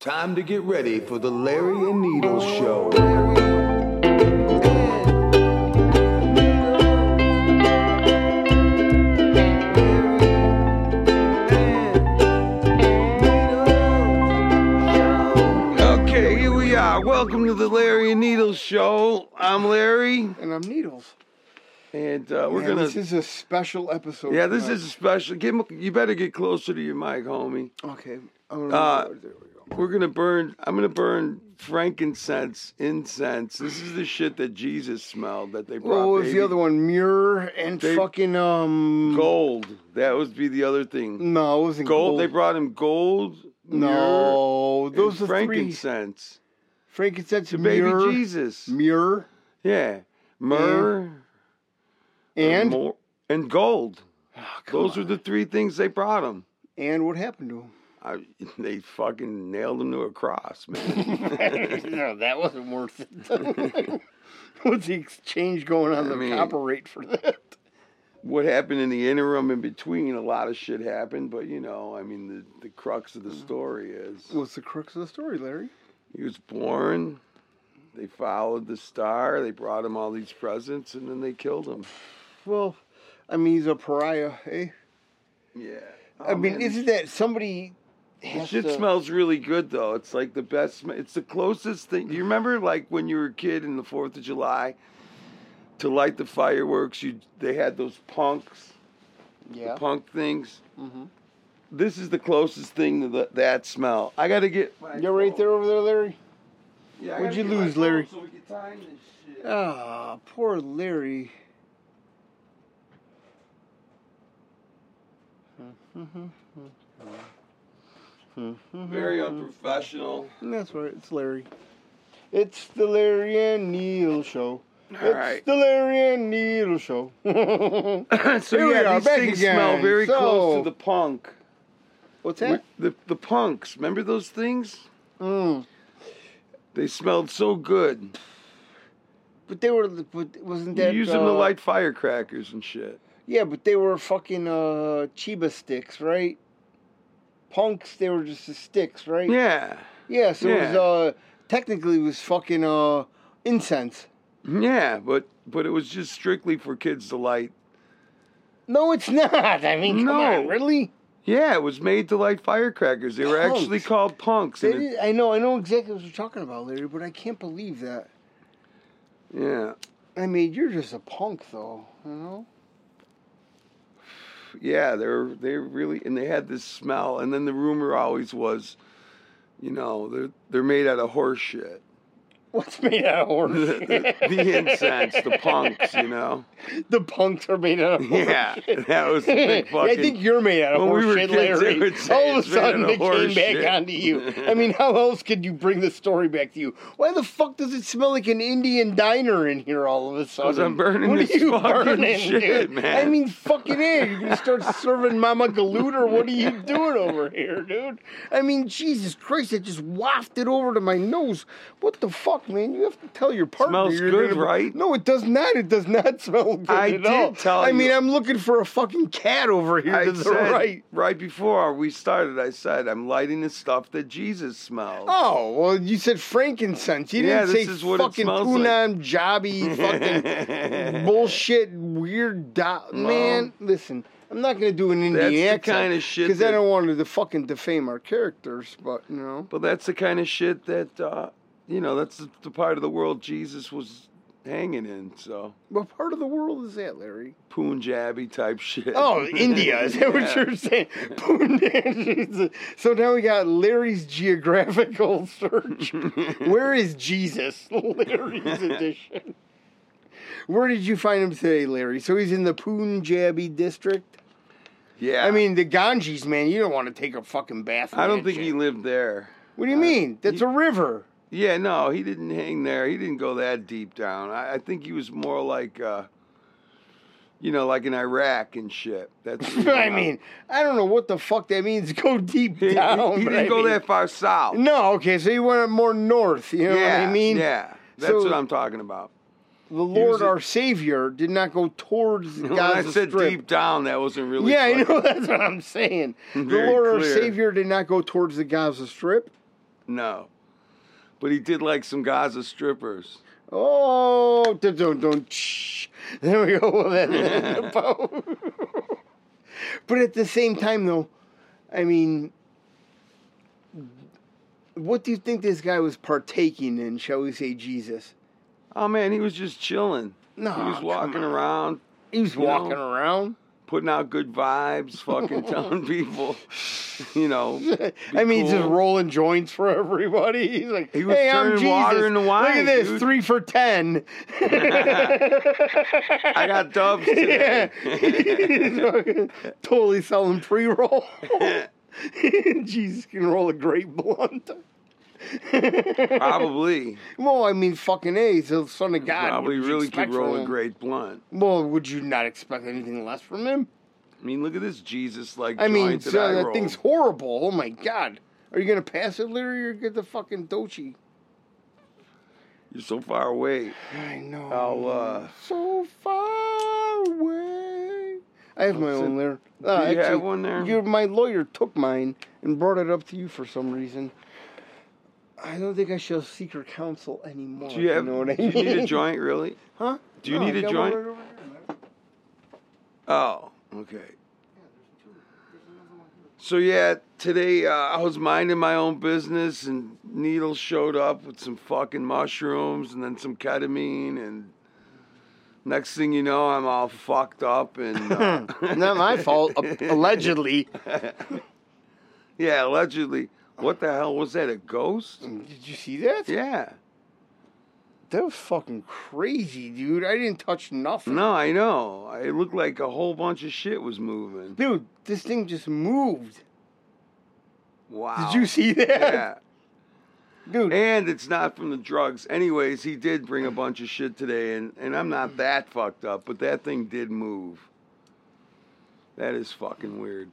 Time to get ready for the Larry and Needles show. Okay, here we are. Welcome to the Larry and Needles show. I'm Larry, and I'm Needles. and uh, we're Man, gonna. This is a special episode. yeah, this tonight. is a special. Get, you better get closer to your mic, homie. Okay. I'm gonna Uh, there we go. We're gonna burn. I'm gonna burn frankincense, incense. This is the shit that Jesus smelled. That they brought. Well, what was baby. the other one? Muir and They- fucking um. Gold. That would be the other thing. No, it wasn't Gold. gold. They brought him gold. myrrh, no, and those are three. frankincense Frankincense, to baby myrrh, Jesus. myrrh, Yeah, myrrh and mor- and gold. Ah, come Those on. are the three things they brought him. and what happened to I, they fucking nailed him to a cross, man. him? no, that wasn't worth it. What's the exchange going on? I the mean- copper rate for that? what happened in the interim in between, a lot of shit happened, but you know, I mean, the, the crux of the story is What's the crux of the story, Larry? he was born, they followed the star, they brought him all these presents, and then they killed him. Well, I mean, he's a pariah, eh? Yeah. Oh, I mean, isn't that somebody? the Has shit to- smells really good though. It's like the best. sm- It's the closest thing. Do you remember, like when you were a kid in the Fourth of July, to light the fireworks, you they had those punks, Yeah. punk things. Mhm. This is the closest thing to the, that smell. I gotta get. my You're right phone. there over there, Larry. Yeah, I What'd gotta you get my lose, phone Larry? so we can time this shit. Ah, poor Larry. Very Mm-hmm. unprofessional. That's right. It's Larry. It's the Larry and Neil show. All It's right. the Larry and Neil show. so Here we yeah, are, these back things again. smell very close So- to the punk. What's that? The the punks. Remember those things? Mm. They smelled so good. But they were. But wasn't You that? use them to uh, light firecrackers and shit. Yeah, but they were fucking uh, chiba sticks, right? Punks. They were just the sticks, right? Yeah, Yeah. So it Yeah. was uh, technically it was fucking uh, incense. yeah, but but it was just strictly for kids to light. No, it's not. I mean, come No. on, really? Yeah, it was made to light firecrackers. They were actually Punks. called punks. That and it- is- I know, I know exactly what you're talking about, Larry, but I can't believe that. yeah, I mean, you're just a punk, though. You know? yeah, they were they were really and they had this smell. And then the rumor always was, you know, they're they're made out of horse shit. What's made out of horse? the, the, the incense, the punks, you know. the punks are made out of horse. Yeah, shit. that was the big I fucking. think you're made out of When we horse were shit, kids, they Larry. would say All of it's a made out sudden, of it horse came back shit. onto you. I mean, how else could you bring the story back to you? Why the fuck does it smell like an Indian diner in here all of a sudden? 'Cause I'm burning what this are you fucking burning, shit, dude? man. I mean, fucking it. You're gonna start serving Mama Galoot or what are you doing over here, dude? I mean, Jesus Christ, it just wafted over to my nose. What the fuck, man? You have to tell your partner. Smells you're good, gonna- right? No, it does not. It does not smell good I at did all. tell I you. mean, I'm looking for a fucking cat over here I to the said, right. right before we started, I said I'm lighting the stuff that Jesus smelled. Oh, well, you said frankincense. You Yeah, didn't this say is what it fucking smells like. punam jobby fucking bullshit weird dot. Man, listen, I'm not going to do an Indian That's the accent. kind of shit Because that- I don't want to fucking defame our characters, but, you know. But that's the kind of shit that uh, you know. That's the, the part of the world Jesus was hanging in. So What part of the world is that, Larry? Punjabi type shit. Oh, India. Is that what Yeah. you're saying? Punam. so now we got Larry's geographical search. Where is Jesus? Larry's edition. Where did you find him today, Larry? So he's in the Punjabi district. Yeah. I mean, the Ganges, man. You don't want to take a fucking bath. in I don't that think shit. he uh, lived there. What do you mean? That's a river. Yeah, no, he didn't hang there. He didn't go that deep down. I, I think he was more like, uh, you know, like in Iraq and shit. That's. what he I went mean, I don't know what the fuck that means. Go deep out. he, he- down. he but didn't I go mean- that far south. No, okay, so you went more north. You know yeah, what I mean? Yeah, that's So- what I'm talking about. The Lord a- our Savior did not go towards When Gaza I said Strip. deep down, that wasn't really. yeah, I fucking- know that's what I'm saying. The Very Lord our clear. Savior did not go towards the Gaza Strip. No. But he did like some Gaza strippers. Oh, dun, dun, dun, tsh. there we go. Well, that- that- that bow. but at the same time, though, I mean, what do you think this guy was partaking in? Shall we say Jesus? Oh man, he was just chilling. No, he was come walking on. around, He was you know? walking around. putting out good vibes, fucking telling people, you know. I be mean, he's just cool. rolling joints for everybody. He's like, He was "Hey, I'm Jesus. turning water into Look at wine, this, dude." three for ten. I got dubs Yeah. today. totally selling pre roll. Jesus can roll a great blunt. Probably. Well, I mean, fucking A, he's the son of God. Probably What did you really expect could roll from a him? great blunt. Well, would you not expect anything less from him? I mean, look at this Jesus like I joint mean, that so I that rolled. thing's horrible. Oh my God. Are you going to pass it, Larry, or get the fucking dochi? You're so far away. I know. I'll, uh, so far away. I have my What's own it- there. do you have one there? Your, my lawyer took mine and brought it up to you for some reason. I don't think I shall seek her counsel anymore. Do you if have? Oh, know what I do you need a mean. joint, really? Huh? Do you No, need I a got one joint? right over there. Oh, okay. So yeah, today uh, I was minding my own business, and Needle showed up with some fucking mushrooms, and then some ketamine, and next thing you know, I'm all fucked up, and uh, Not my fault, a- allegedly. yeah, allegedly, what the hell was that? A ghost? Did you see that? Yeah. That was fucking crazy, dude. I didn't touch nothing. No, I know. It looked like a whole bunch of shit was moving. Dude, this thing just moved. Wow. Did you see that? Yeah. Dude, And it's not from the drugs. Anyways, he did bring a bunch of shit today, and, and I'm Mm-hmm. not that fucked up, but that thing did move. That is fucking weird.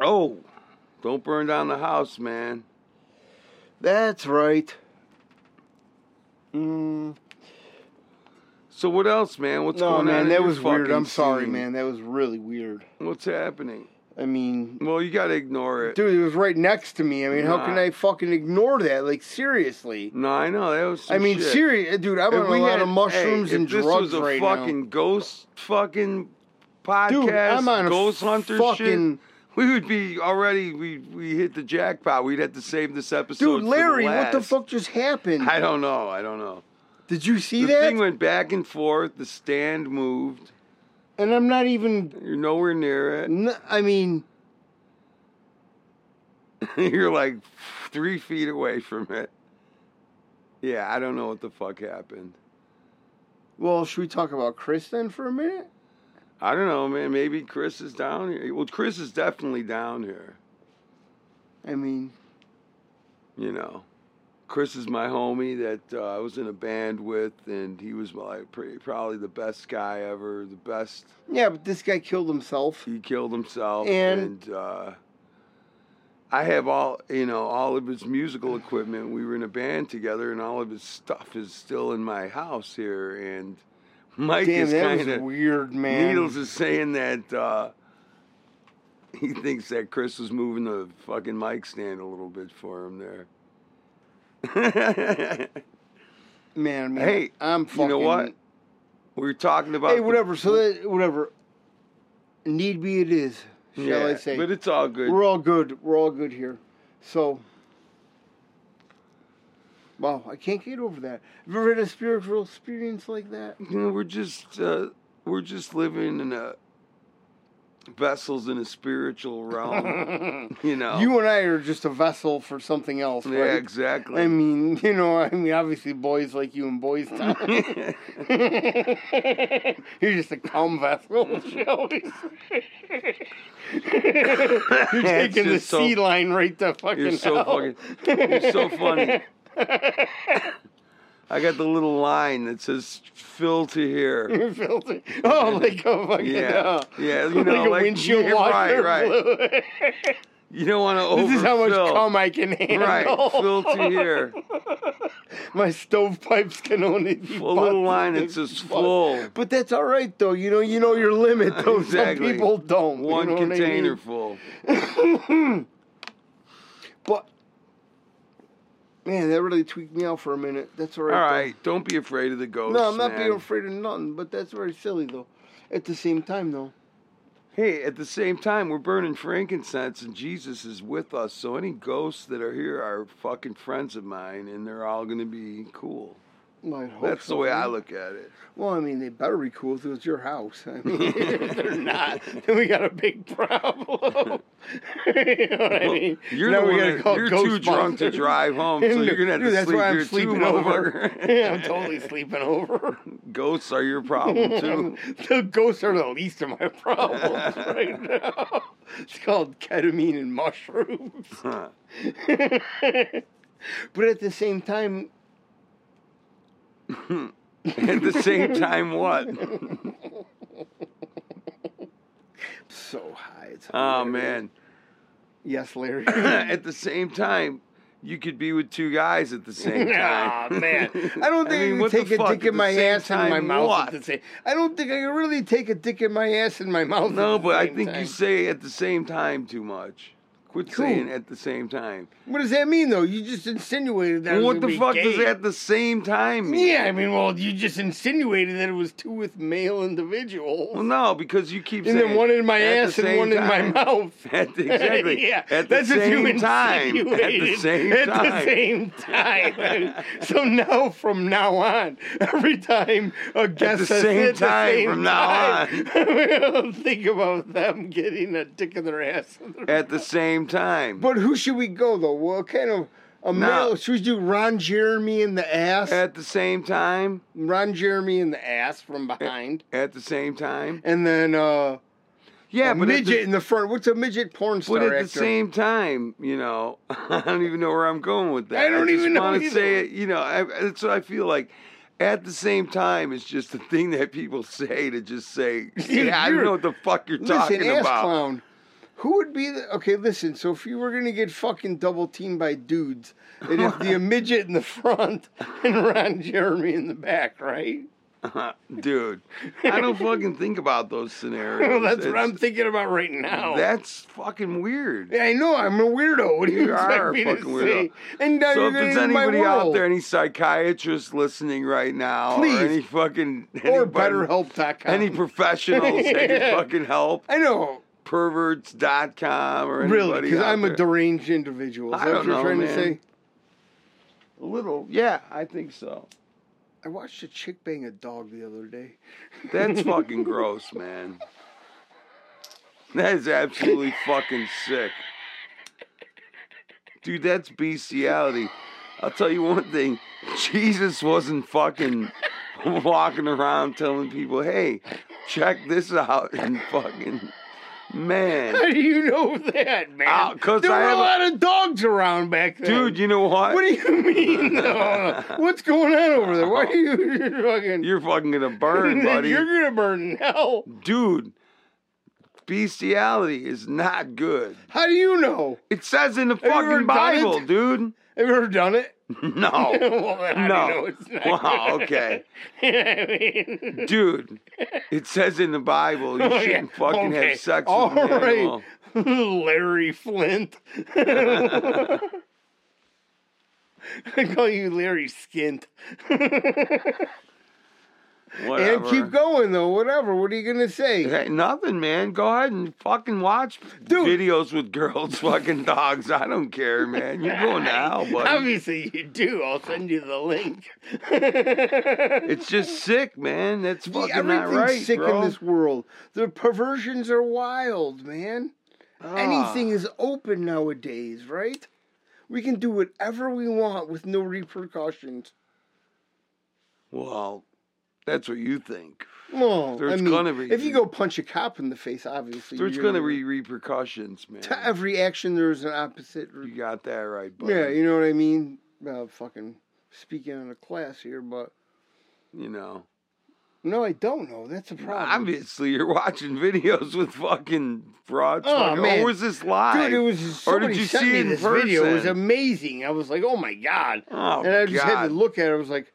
oh, don't burn down the house, man. that's right. Mm. So what else, man? What's no, going on? man, in that your was weird. fucking I'm sorry, scene? man. That was really weird. What's happening? I mean, Well, you gotta ignore it. dude, it was right next to me. I mean, how Nah. can I fucking ignore that? Like, seriously. No, I know that was. Some I mean, shit. serious, dude. I'm If on a we lot had of mushrooms hey, and if this drugs was a right fucking now. ghost fucking podcast, Dude, I'm on a ghost hunter fucking- shit. We would be already. We we hit the jackpot. We'd have to save this episode. Dude, for the Larry, what the last. fuck just happened? I don't know. I don't know. Did you see The that? thing went back and forth. The stand moved. and I'm not even. You're nowhere near it. n- I mean, Mm. You're like three feet away from it. Yeah, I don't know what the fuck happened. well, should we talk about Chris then for a minute? I don't know, man. Maybe Chris is down here. Well, Chris is definitely down here. I mean, you know, Chris is my homie that uh, I was in a band with, and he was my pre- probably the best guy ever. The best. yeah, but this guy killed himself. He killed himself, And- and, uh, I have all you know, all of his musical equipment. We were in a band together, and all of his stuff is still in my house here. And Mike Damn, is that was kind of weird, man. Needles is saying that uh, he thinks that Chris was moving the fucking mic stand a little bit for him there. Man, I mean, Hey, I'm fucking. you know what? We were talking about Hey, the- whatever. So that whatever. Need be it is, shall yeah, I say? But it's all good. We're all good. We're all good here. So. Wow, I can't get over that. Have you ever had a spiritual experience like that? You know, we're just uh, we're just living in a vessels in a spiritual realm. you know. You and I are just a vessel for something else, Oh. yeah, right? exactly. I mean, you know, I mean, obviously, boys like you and boys time. You're just a cum vessel, shall we say. You're That's taking the just so- sea line right to fucking You're so hell. fucking. You're so funny. I got the little line that says "fill to here." You're filthy. Oh, like a fucking Yeah, uh, yeah, you know, like a like- windshield yeah, washer. right, You don't want to blew. overfill. this is how much cum I can handle. Right, fill to here. my stovepipes can only be Full little line, busted this it's just far. full. But that's all right though. You know, you know your limit though. Exactly. Some people don't. you One know what I mean? container full. But man, that really tweaked me out for a minute. That's all All right. though. right, don't be afraid of the ghosts. No, I'm not man. being afraid of nothing. But that's very silly though. At the same time though. Hey, at the same time, we're burning frankincense, and Jesus is with us. So any ghosts that are here are fucking friends of mine, and they're all going to be cool. Well, I'd hope That's the so, way I right? look at it. Well, I mean, they better be cool if it was your house. I mean, if they're not, then we got a big problem. you know what I mean? You're Now the we one gotta that- call you're too drunk to Ghostbusters. drive home, so you're gonna have to Dude, that's sleep why I'm here too, sleeping over. motherfucker. yeah, I'm totally sleeping over. Ghosts are your problem too. the ghosts are the least of my problems right now. It's called ketamine and mushrooms. Huh. but at the same time, at the same time, what? so high. It's Oh hilarious. man. Yes, Larry. at the same time, you could be with two guys at the same Aw, time. man. I don't think I, mean, can what the take a fuck, dick at in the my same ass and my time, mouth what? at the same. I don't think I can really take a dick in my ass and my mouth. No, at the but I same think you time. say at the same time too much. Quit Cool. saying at the same time. What does that mean, though? You just insinuated that. it Well, was what gonna the be fuck gay. does at the same time mean? Yeah, I mean, well, you just insinuated that it was two with male individuals, Well, no, because you keep and saying then one in at my the ass and same one in my time. mouth. At the, exactly. yeah, At the that's what you same time. At the insinuated. same At time. the same time. so now, from now on, every time a guest the says same it, the time same from now time," we'll think about them getting a dick in their ass. At the same time. But who should we go though? What kind of a male? Should we do Ron Jeremy in the ass? at the same time. Ron Jeremy in the ass from behind, At the same time. and then uh, Yeah, a but midget at the, in the front. What's a midget porn star but at the actor? same time, you know, I don't even know where I'm going with that. I don't just even know wanna either. say it. You know, I, that's what I feel like. At the same time, it's just a thing that people say to just say, Dude, "Yeah, I don't you're- know what the fuck you're Listen, talking ass about." clown. Who would be the okay? Listen, so if you were gonna get fucking double teamed by dudes, it'd have to be a midget in the front and Ron Jeremy in the back, right? Dude, I don't fucking think about those scenarios. Well, that's what It's- I'm thinking about right now. That's fucking weird. Yeah, I know I'm a weirdo. What do you, You expect are a me to fucking weirdo. say? And now So you're if gonna there's do my anybody out world. there, any psychiatrists listening right now, Please. or any fucking or anybody- BetterHelp.com. any professionals that can Yeah. fucking help, I know, perverts.com or anybody really, because out I'm a there. deranged individual. Is I that don't what you're know, trying man. to say? A little, yeah, I think so. I watched a chick bang a dog the other day. That's fucking gross, man. That is absolutely fucking sick. Dude, that's bestiality. I'll tell you one thing Jesus wasn't fucking walking around telling people, hey, check this out and fucking, man. How do you know that, man? Ah, 'cause there I were a have a- lot of dogs around back then. Dude, you know what? what do you mean? though? What's going on over there? Why are you fucking? You're fucking gonna burn, buddy. You're gonna burn in hell. Dude, bestiality is not good. How do you know? It says in the you ever fucking done Bible, it? dude. Have you ever done it? No. well, then how No. do you know it's not? Wow, okay. You know what I mean? Dude, it says in the Bible you Oh, yeah. shouldn't fucking Okay. have sex All with an right. animal. Larry Flint. I call you Larry Skint. Whatever. and keep going though, whatever. What are you gonna say? Hey, nothing, man. Go ahead and fucking watch Dude. videos with girls fucking dogs. I don't care, man. You go now, buddy. Obviously you do. I'll send you the link. It's just sick, man. That's fucking not Everything's right, sick bro. in this world. The perversions are wild, man. Ah. Anything is open nowadays, right? We can do whatever we want with no repercussions. Well, that's what you think. Well, There's I mean, gonna be- if you go punch a cop in the face, obviously There's you're going to be repercussions, man. to every action there's an opposite. re- You got that right, buddy. Yeah, you know what I mean. Uh, fucking speaking out of class here, but you know. No, I don't know. That's a problem. Obviously, you're watching videos with fucking broads. Oh, fucking, man. Or was this live? Dude, it was Or somebody did you sent see me it in this video. It was person? amazing. I was like, oh my god! Oh, and I just had God. to look at it. I was like,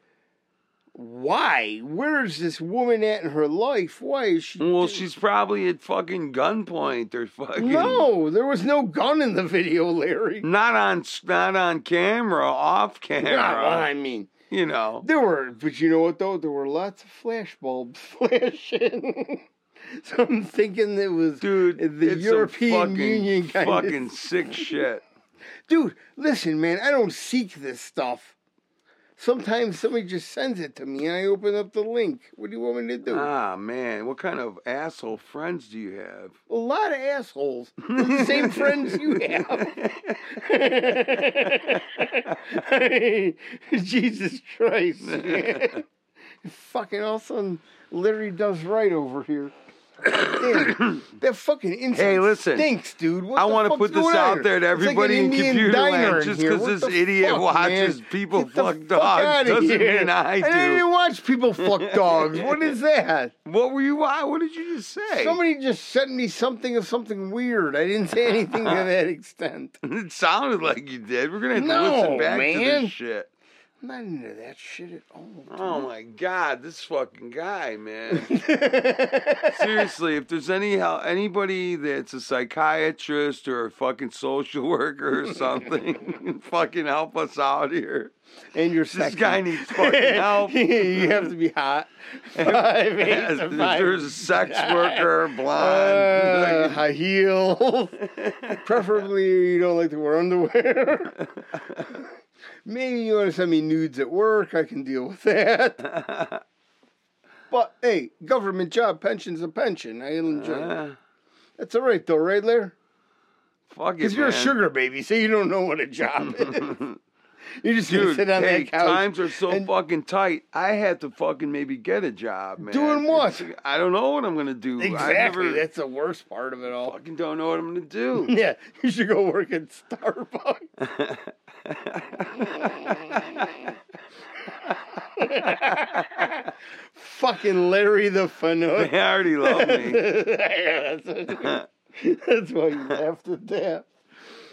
why? Where is this woman at in her life? Why is she? Well, do- she's probably at fucking gunpoint or fucking. no. There was no gun in the video, Larry. Not on, not on camera, off camera. God, I mean, You know. there were, but you know what though? There were lots of flash bulbs flashing. so I'm thinking it was Dude, The it's some European fucking, Union kind of- fucking sick shit. Dude, listen, man, I don't seek this stuff. Sometimes somebody just sends it to me and I open up the link. What do you want me to do? Ah man, what kind of asshole friends do you have? a lot of assholes. They're the same friends you have. Jesus Christ, man. fucking all of a sudden, Larry does right over here. Damn, that fucking incense Hey, listen. stinks, dude. What I want to put this out there to everybody in computer land just because this idiot watches people Get the fuck fuck dogs outta doesn't here. mean I I didn't do. even watch people fuck dogs. What is that? What were you? Why? What did you just say? Somebody just sent me something of something weird. I didn't say anything to that extent. It sounded like you did. We're gonna have to No, listen back to man. this shit. I'm not into that shit at all. Oh my god, this fucking guy, man. dude. Seriously, if there's any hel- anybody that's a psychiatrist or a fucking social worker or something, fucking help us out here. and you're This sexy. guy needs fucking help. you have to be hot. Five, eight, Yes, to if five, there's a sex worker, Uh, blonde. high heels. Preferably, you don't like to wear underwear. Maybe you want to send me nudes at work. I can deal with that. But hey, government job, pension's a pension. I enjoy. it. Uh, That's all right though, right, Lair? fuck it, Because you're a man. sugar baby, so you don't know what a job is. You're just gonna Dude, sit on hey, that couch. times are so and- fucking tight. I had to fucking maybe get a job, man. Doing what? It's- I don't know what I'm gonna do. I Exactly. never That's the worst part of it all. fucking don't know what I'm gonna do. Yeah, you should go work at Starbucks. Fucking Larry the Fanoy. They already love me. That's why you laughed at that.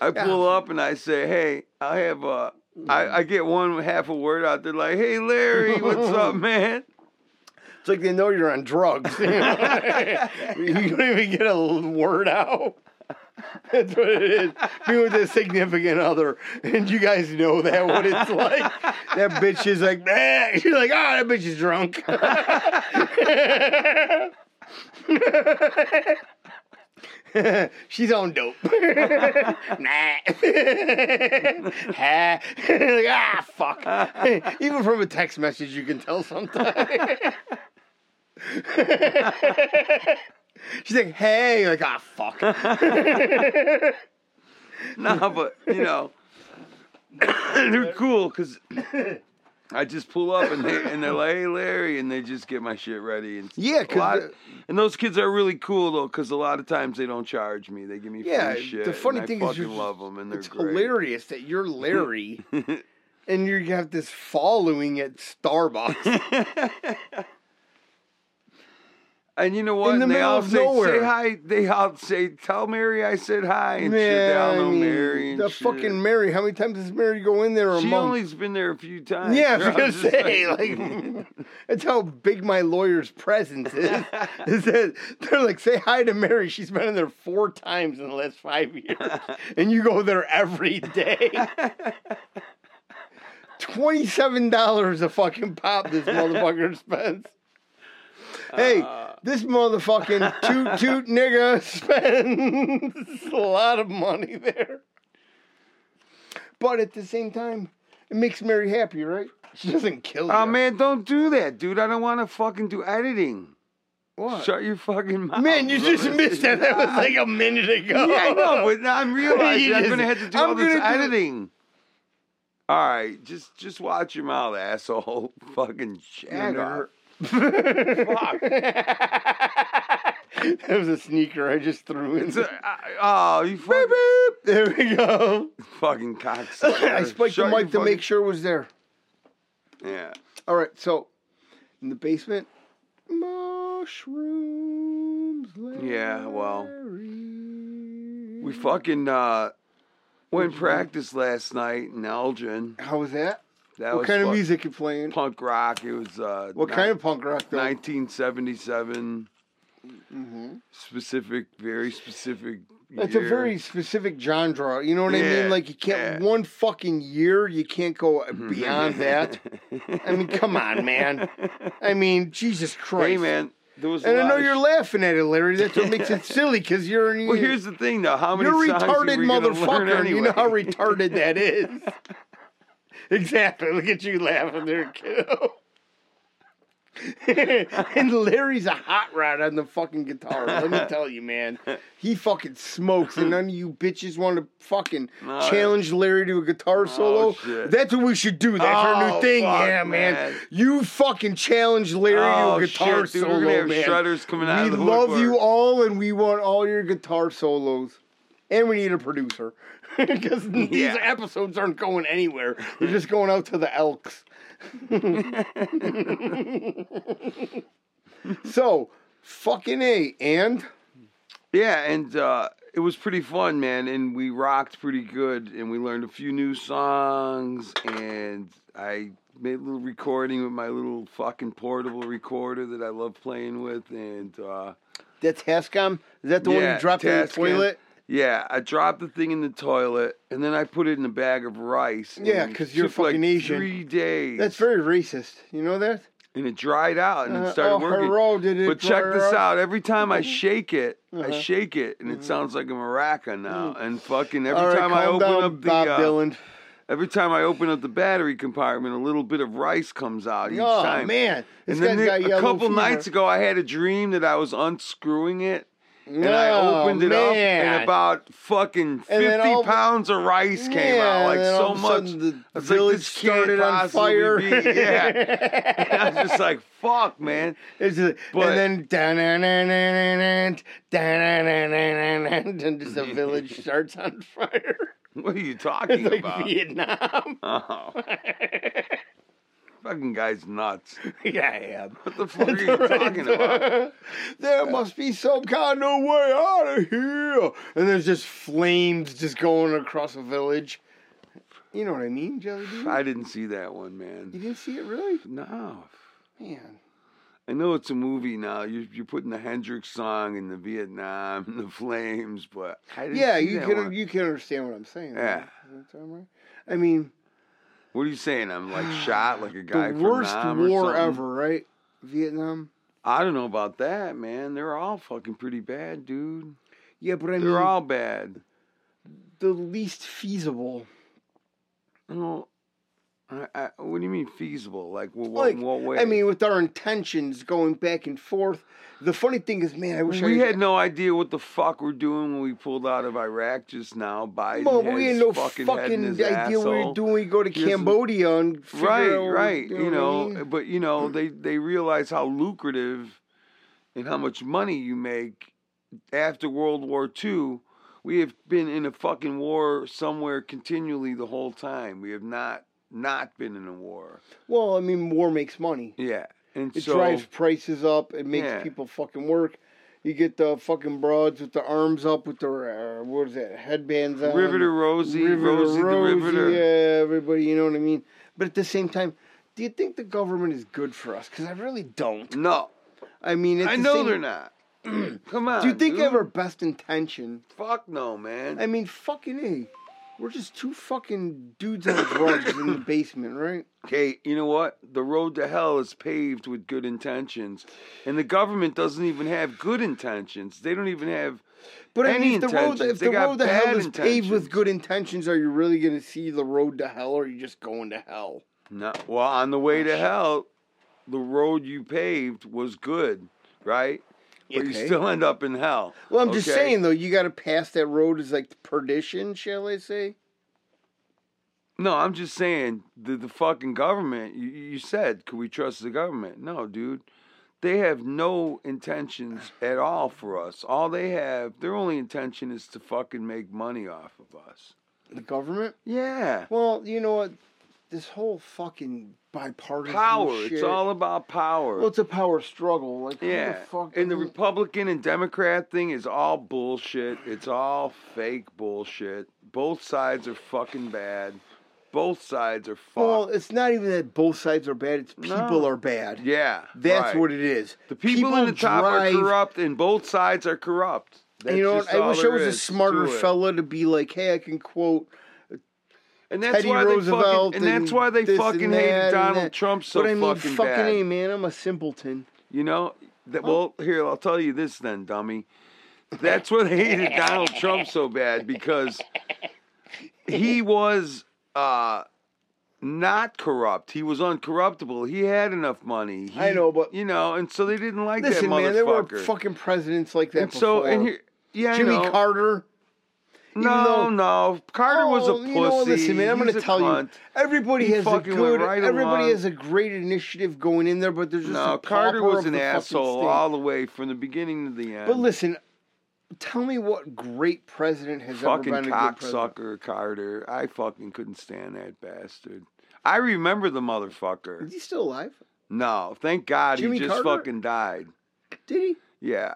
I pull up and I say, "Hey, I have a." I, I get one half a word out there like, "Hey, Larry, what's up, man?" It's like they know you're on drugs. You, know? You don't even get a word out. That's what it is. Be with a significant other, and you guys know that what it's like. That bitch is like, "Bah." you're like, ah, that bitch is drunk. She's on dope. nah. Ah. Like, ah, fuck. Even from a text message, you can tell sometimes. She's like, hey, You're like, ah, fuck. Nah, but you know, they're cool because I just pull up and they and they're like, "Hey, Larry," and they just get my shit ready. And a Yeah, lot- because and those kids are really cool though because a lot of times they don't charge me; they give me Yeah, free shit. the funny and I thing fucking is you're just- love them and they're it's great. hilarious that you're Larry and you have this following at Starbucks. And you know what? the And they middle all of say, nowhere. "Say hi." They all say, "Tell Mary I said hi," and shit. They Man, all I know mean, Mary and the shit. fucking Mary. How many times does Mary go in there a She month? only's been there a few times. yeah, I They're was all gonna just say, like, that's how big my lawyer's presence is. is that they're like, say hi to Mary. She's been in there four times in the last five years, and you go there every day. Twenty-seven dollars a fucking pop. This motherfucker spends. Hey, Uh. this motherfucking toot toot nigga spends a lot of money there. But at the same time, it makes Mary happy, right? She doesn't kill oh you. man, don't do that, dude. I don't want to fucking do editing. What? Shut your fucking mouth. Man, you just bro. missed that. That was like a minute ago. Yeah, I know, but now I'm realizing You I'm just- gonna have to do I'm all this gonna do- editing. All right, just just watch your mouth, asshole. Fucking shut up. Fuck. that was a sneaker I just threw in. It's a- I- oh, you fucking, there we go. fucking cocksucker. I spiked Shut the your mic to fucking- make sure it was there. Yeah. All right, so in the basement, Mushrooms. Yeah, well, Larry. We fucking uh, went What'd you practice last night in Elgin. How was that? That what was kind of fuck- music you playing? Punk rock. It was uh, What ni- kind of punk rock though? 1977. hmm Specific, very specific. That's a year. very specific genre. You know what I Yeah, mean? Like you can't yeah. one fucking year. You can't go beyond that. I mean, come on, man. I mean, Jesus Christ. Hey man, there was. a And I lot know of you're sh- laughing at it, Larry. That's what makes it silly because you're Well, here's the thing, though. How many you're songs are retarded, we gonna learn motherfucker. and You know anyway? how retarded that is. exactly. Look at you laughing there, kiddo. and Larry's a hot rod on the fucking guitar. Let me tell you, man. He fucking smokes, and none of you bitches want to fucking No. Oh, challenge Larry to a guitar solo. shit. That's what we should do. That's our Oh, new thing. fuck, yeah, man. man. You fucking challenge Larry Oh, to a guitar shit, dude, solo, we're gonna have man. shredders coming out We of the love woodwork. you all, and we want all your guitar solos. And we need a producer because these Yeah. episodes aren't going anywhere. They're just going out to the Elks. so, fucking a and Yeah, and uh, it was pretty fun, man. And we rocked pretty good, and we learned a few new songs. And I made a little recording with my little fucking portable recorder that I love playing with. And uh, that's Hascom. Is that the one Yeah, you dropped in the Tascam. toilet? yeah, I dropped the thing in the toilet, and then I put it in a bag of rice. and Yeah, 'cause it you're took, like, fucking Asian. Three days. That's very racist. You know that? and it dried out, and Uh, it started oh, working. hello, did it But check dry this up? out. Every time I shake it, Mm-hmm. Uh-huh. Mm. I shake it, and it sounds like a maraca now. And fucking every All right, time I calm open down, up the Bob uh, Dylan. every time I open up the battery compartment, a little bit of rice comes out each oh time. man, this and then guy's there- got a yellow couple fever. nights ago, I had a dream that I was unscrewing it. And I Oh, opened it up, man. and about fucking And then all fifty of a- pounds of rice came Yeah, out, like and then so all of a much. sudden I The was like, village this can't started on possibly fire. be- Yeah, And I was just like, "Fuck, man!" It's just, But- and then da-na-na-na-na-na, da-na-na-na-na-na, and just the village starts on fire. What are you talking It's like about? Vietnam. Oh. Fucking guy's nuts. yeah, I am. What the fuck are you talking about? There must be some kind of way out of here. And there's just flames just going across a village. You know what I mean, Jelly Bean? I didn't see that one, You man. didn't see it really? No. Man. I know it's a movie now. You're, you're putting the Hendrix song in the Vietnam and the flames, but I didn't Yeah, see you that can one. you can understand what I'm saying. Yeah. Is that sound right? I mean, What are you saying? I'm like shot like a guy the from worst Nam or war something? ever, right? Vietnam. I don't know about that, man. They're all fucking pretty bad, dude. Yeah, but I mean, They're all bad. the least feasible. No, I, I, what do you mean feasible? Like, wh- what, Like, what way? I mean, with our intentions going back and forth. The funny thing is, man, I wish we I had no idea what the fuck we're doing when we pulled out of Iraq just now. Biden Well, had we had his no fucking, fucking, head in his idea what we asshole. were doing. We go to He doesn't- Cambodia and figure Right, out, right. You know, what I mean? but you know they they realize how lucrative and how much money you make after World War II. We have been in a fucking war somewhere continually the whole time. We have not not been in a war. well, I mean, war makes money. Yeah, and It so drives prices up. It makes Yeah. people fucking work. You get the fucking broads with the arms up with their uh, what is that headbands on. Riveter Rosie, Rosie the Rosie, Riveter. Yeah, everybody, you know what I mean. But at the same time, do you think the government is good for us? Because I really don't. No, I mean, at I the know same- they're not. Come on. Do you think dude. of our best intention? Fuck no, man. I mean, fucking a, we're just two fucking dudes on drugs in the basement, right? Okay, you know what? The road to hell is paved with good intentions, and the government doesn't even have good intentions. They don't even have. But I Any mean, if the road, intentions. if They the got road to hell bad is paved intentions. with good intentions, are you really going to see the road to hell, or are you just going to hell? No, well, on the way to hell, the road you paved was good, right? But you Okay. still end up in hell. Well, I'm just okay? saying though, you got to pass that road as like perdition, shall I say? No, I'm just saying the the fucking government. You, you said, could we trust the government? No, dude. They have no intentions at all for us. All they have, their only intention is to fucking make money off of us. The government. Yeah. Well, you know what? this whole fucking bipartisan Power. Shit. It's all about power. Well, it's a power struggle. Like, who yeah. the fuck? and the Republican and Democrat thing is all bullshit. It's all fake bullshit. Both sides are fucking bad. Both sides are fucked. well, it's not even that both sides are bad. It's people No. are bad. yeah. That's right. what it is. The people, in the top drive- are corrupt, and both sides are corrupt. That's You know, just what? I all wish I there was a is smarter to it. fella to be like, hey, I can quote And that's Teddy why Roosevelt, they fucking, and that's why they this fucking and that hated and Donald that. Trump so but I mean, fucking, fucking bad. a man, I'm a simpleton. You know, that, well, here I'll tell you this then, dummy. That's what hated Donald Trump so bad because he was uh, not corrupt. He was uncorruptible. He had enough money. He, I know, but- you know, and so they didn't like Listen, that motherfucker. man, there were fucking presidents like that and before. so and here, yeah, I Jimmy know. Carter. even No, though- no, Carter was a Oh, pussy. You know, listen, man, I'm He's going to a tell cunt. you, everybody He has a fucking went good, right everybody along. has a great initiative going in there, but there's just No, a Carter pauper was of an the fucking asshole state. all the way from the beginning to the end. But listen, tell me what great president has fucking ever been a good president? cocksucker Carter. I fucking couldn't stand that bastard. I remember the motherfucker. Is he still alive? No, thank God Jimmy he just Carter? Hmm. fucking died. Did he? Yeah.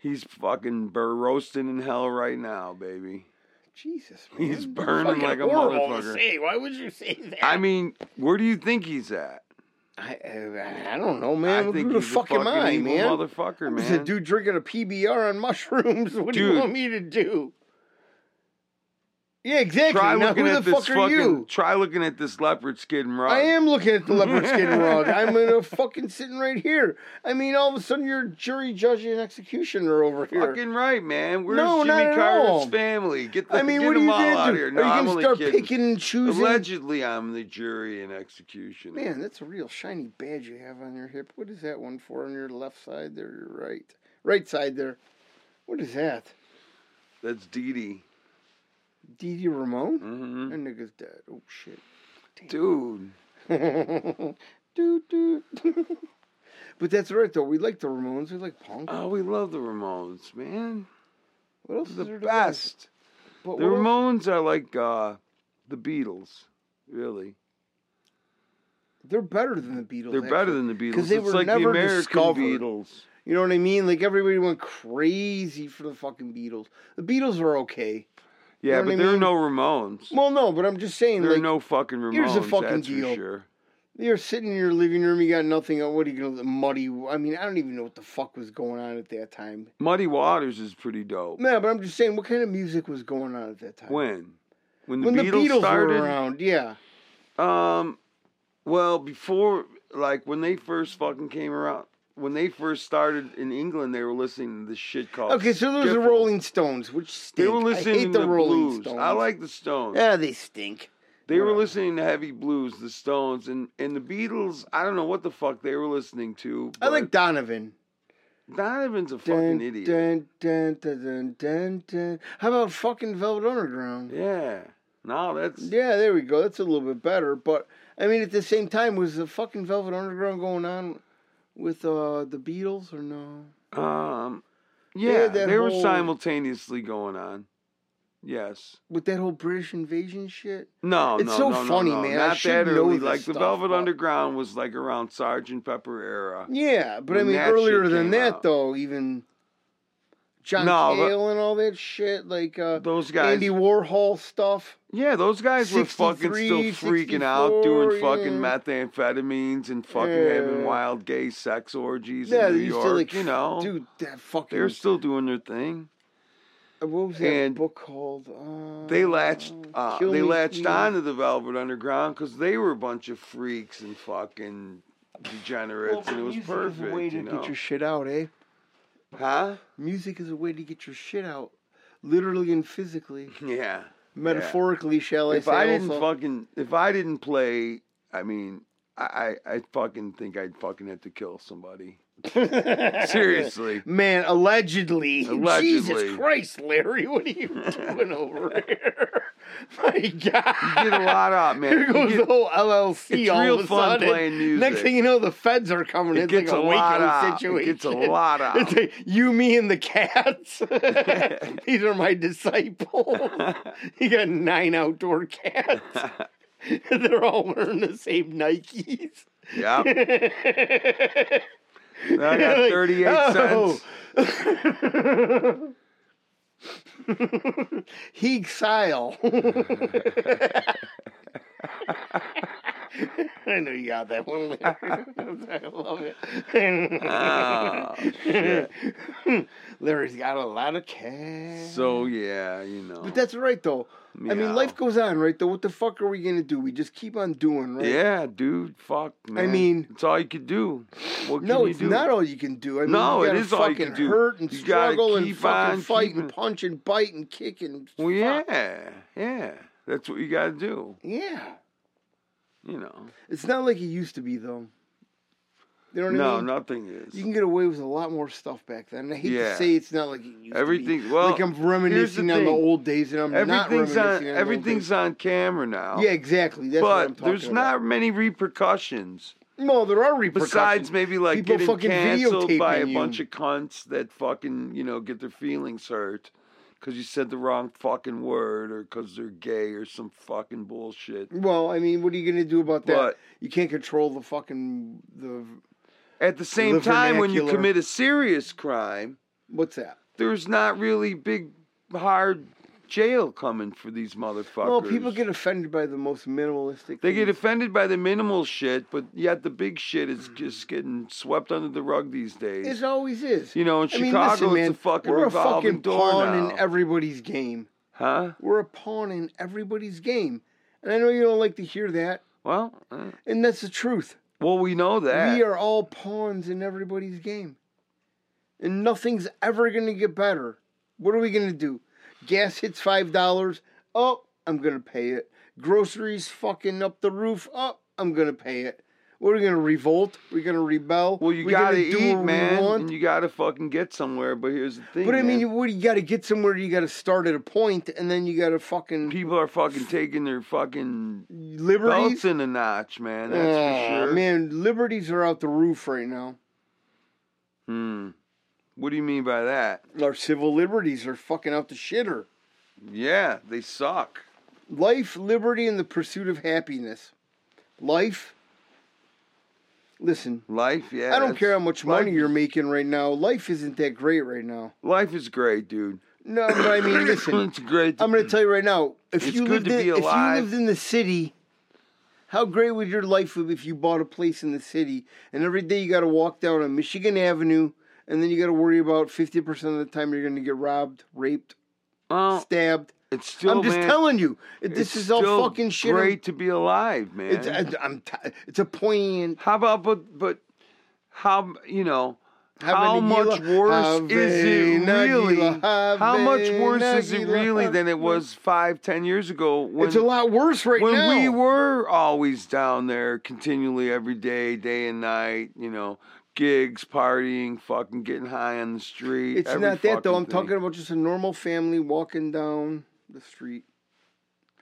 He's fucking bur- roasting in hell right now, baby. Jesus, man. He's burning like a motherfucker. Why would you say that? I mean, where do you think he's at? I, uh, I, I don't know, man. I think Who the he's fuck a fucking am I, evil man? motherfucker, I'm man. just a dude drinking a PBR on mushrooms. What do Dude. you want me to do? Yeah, exactly. Try now, looking who at the this fuck are fucking. you? Try looking at this leopard skid and rug. I am looking at the leopard skin rug. I'm in a fucking sitting right here. I mean, all of a sudden, you're jury, judge, and executioner over here. Fucking right, man. Where's No, not Jimmy at Carter's all. family? Get the, I mean, get what are them you all out gonna of do? here. Are No, you I'm gonna only start kidding. picking and choosing? Allegedly, I'm the jury and executioner. Man, that's a real shiny badge you have on your hip. What is that one for on your left side there? Your right, right side there. What is that? That's Dee Dee. Didi Ramon? Mhm. That nigga's dead. Oh shit. Dude. Doot, doot. but that's right though. We like the Ramones. We like punk. Oh, we love the Ramones, man. What else The is there to like? best. But The what else- Ramones are like uh, the Beatles, really. They're better than the Beatles. They're better actually. than the Beatles. they it's were like the never American discovered. Beatles. You know what I mean? Like everybody went crazy for the fucking Beatles. The Beatles were okay. Yeah, know what but I there are mean? no Ramones. Well, no, but I'm just saying. there are like, no fucking Ramones. here's the fucking that's deal. for sure. You're sitting in your living room, you got nothing on. What are you gonna muddy? I mean, I don't even know what the fuck was going on at that time. Muddy Waters is pretty dope. No, but I'm just saying, what kind of music was going on at that time? When? When the when Beatles, the Beatles started? were around, yeah. Um, well, before, like when they first fucking came around, when they first started in England, they were listening to this shit called. Okay, so those are skiffle. Rolling Stones, which stink. Oh, They were listening I hate to the, the Rolling blues. Stones. I like the Stones. Yeah, they stink. they were whatever. listening to heavy blues, the Stones, and and the Beatles. I don't know what the fuck they were listening to. I like but Donovan. Donovan's a Dun, fucking idiot. Dun, dun, dun, dun, dun, dun. How about fucking Velvet Underground? Yeah. No, that's Yeah, there we go. That's a little bit better. But I mean, at the same time, was the fucking Velvet Underground going on with uh, the Beatles or no? um. had Yeah, that they were whole- simultaneously going on. Yes. With that whole British invasion shit. No, It's no, so no, no, funny, no, man. I Not should that know early. this like the stuff, Velvet but- Underground was like around Sergeant Pepper era. Yeah, but I When mean, that shit earlier came than that, out. though, even John No, but- Cale and all that shit, like uh, Those guys, Andy Warhol stuff. yeah, those guys were fucking 63, still freaking out, doing 64, fucking yeah. methamphetamines and fucking Yeah. having wild gay sex orgies yeah, in they New used York. to like, you know, dude, that fucking. uh, they were still doing their thing. what was that and book called? Uh, They latched, uh, Kill they Me, latched Please. on to the Velvet Underground because they were a bunch of freaks and fucking degenerates, and it was music is perfect. a way to you know? get your shit out, eh? huh? Music is a way to get your shit out, literally and physically, Yeah. metaphorically, shall I if say? I didn't also. fucking if I didn't play, I mean, I, I I fucking think I'd fucking have to kill somebody. Seriously. Man, allegedly. Allegedly. Jesus Christ, Larry, what are you doing over here? My God. Get a lot up, man. Here You goes get- the whole LLC It's all real of a fun sudden. playing music. Next thing you know, the feds are coming. It it's gets like a a, lot Waco out. It situation. gets a lot out. It's like, you, me, and the cats. These are my disciples. you got nine outdoor cats. They're all wearing the same Nikes. Yeah. Then I got 38 "Oh." cents. cents. Heeg style. I know you got that one. Larry. I love it. Oh, shit. Larry's got a lot of cash. So yeah, you know. But that's right though. I mean, meow. life goes on, right? Though, what the fuck are we gonna do? We just keep on doing, right? Yeah, dude. Fuck, man. mean- it's all you could do. What No, can you it's do? not all you can do. I mean, No, you it gotta is all you fucking can do. hurt and You gotta struggle and keep fucking on fight and keeping- punch and bite and kick and well, fuck. yeah, yeah. That's what you got to do. yeah. You know. It's not like it used to be though. You know what I No, mean? nothing is. You can get away with a lot more stuff back then. And I hate to Yeah. say it's not like it used to Everything- be. well, like I'm reminiscing on the thing. old days, and I'm not everything's reminiscing on. on the old Everything's on camera now. days. Yeah, exactly. That's what I'm but talking there's about. not many repercussions No, there are repercussions. besides maybe like People getting fucking canceled by a videotaping you. bunch of cunts that fucking you know get their feelings hurt because you said the wrong fucking word or because they're gay or some fucking bullshit. Well, I mean, what are you gonna do about that? But You can't control the fucking the at the same The time, when you vernacular. commit a serious crime, what's that? there's not really big hard jail coming for these motherfuckers. Well, people get offended by the most minimalistic. They get things. offended by the minimal shit, but yet the big shit is just getting swept under the rug these days. It always Mm. is. you know, in I Chicago, mean, listen, man, it's a fucking we're a revolving fucking door pawn now. in everybody's game. huh? We're a pawn in everybody's game, and I know you don't like to hear that, Well, eh. and that's the truth. well, we know that. We are all pawns in everybody's game. And nothing's ever going to get better. What are we going to do? Gas hits $5. Oh, I'm going to pay it. Groceries fucking up the roof. Oh, I'm going to pay it. What are we going to revolt? We're going to rebel? well, you We're gonna gotta do eat, what we man, want? and you gotta fucking get somewhere. But here's the thing, But I mean, man. you, what, you got to get somewhere. You got to start at a point, and then you got to fucking people are fucking taking their fucking belts liberties. in a notch, man. That's Ah, for sure. Man, liberties are out the roof right now. Hmm. What do you mean by that? Our civil liberties are fucking out the shitter. Yeah, they suck. Life, liberty, and the pursuit of happiness. Life. Listen, Life, yeah. I don't that's- care how much money life- you're making right now. Life isn't that great right now. Life is great, dude. No, but I mean, listen. it's great. I'm going to tell you right now. If It's you good lived to in, be if alive. you lived in the city, how great would your life be if you bought a place in the city and every day you got to walk down on Michigan Avenue and then you got to worry about 50% of the time you're going to get robbed, raped, well, stabbed. it's Oh. still. I'm just man, telling you. This it's is all still fucking shit. I'm Great to be alive, man. It's uh, I, am t- it's a poignant. how about but but how you know how Havana much Gila, worse is it Havana really? Gila, How much Havana worse is it Gila, really than it Havana- was five, ten years ago when it's a lot worse right when now. we were always down there continually every day, day and night, you know, gigs, partying, fucking getting high on the street. it's every not that though. fucking I'm thing. talking about just a normal family walking down the street.